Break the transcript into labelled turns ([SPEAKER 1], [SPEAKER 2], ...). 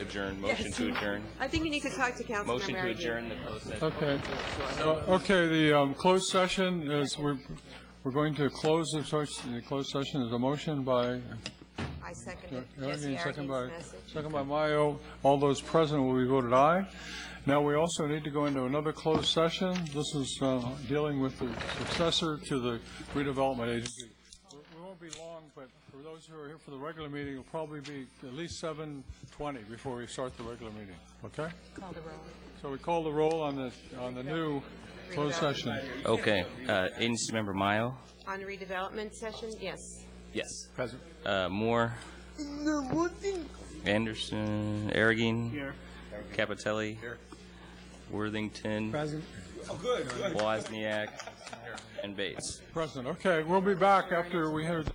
[SPEAKER 1] adjourn, motion to adjourn.
[SPEAKER 2] I think you need to talk to Councilmember
[SPEAKER 1] Motion to
[SPEAKER 2] Aguirre.
[SPEAKER 1] adjourn the closed session.
[SPEAKER 3] Okay. Uh, Okay, the um, closed session is, we're, we're going to close the soc- the closed session is a motion by,
[SPEAKER 2] I second it.
[SPEAKER 3] Harrigan,
[SPEAKER 2] Jesse
[SPEAKER 3] second by,
[SPEAKER 2] Arden's message.
[SPEAKER 3] second by Mayo. All those present will be voted aye. Now, we also need to go into another closed session. This is uh, dealing with the successor to the redevelopment agency. We we won't be long, but for those who are here for the regular meeting, it'll probably be at least 7:20 before we start the regular meeting, okay?
[SPEAKER 2] Call the roll.
[SPEAKER 3] So we call the roll on the, on the new closed session.
[SPEAKER 1] Okay, uh, agency member Mayo?
[SPEAKER 2] On the redevelopment session, yes.
[SPEAKER 1] Yes. Present. Uh, Moore? Anderson, Aragon? Here. Capitelli? Here. Worthington? Present. Wozniak? And Bates?
[SPEAKER 3] Present, okay, we'll be back after we hear.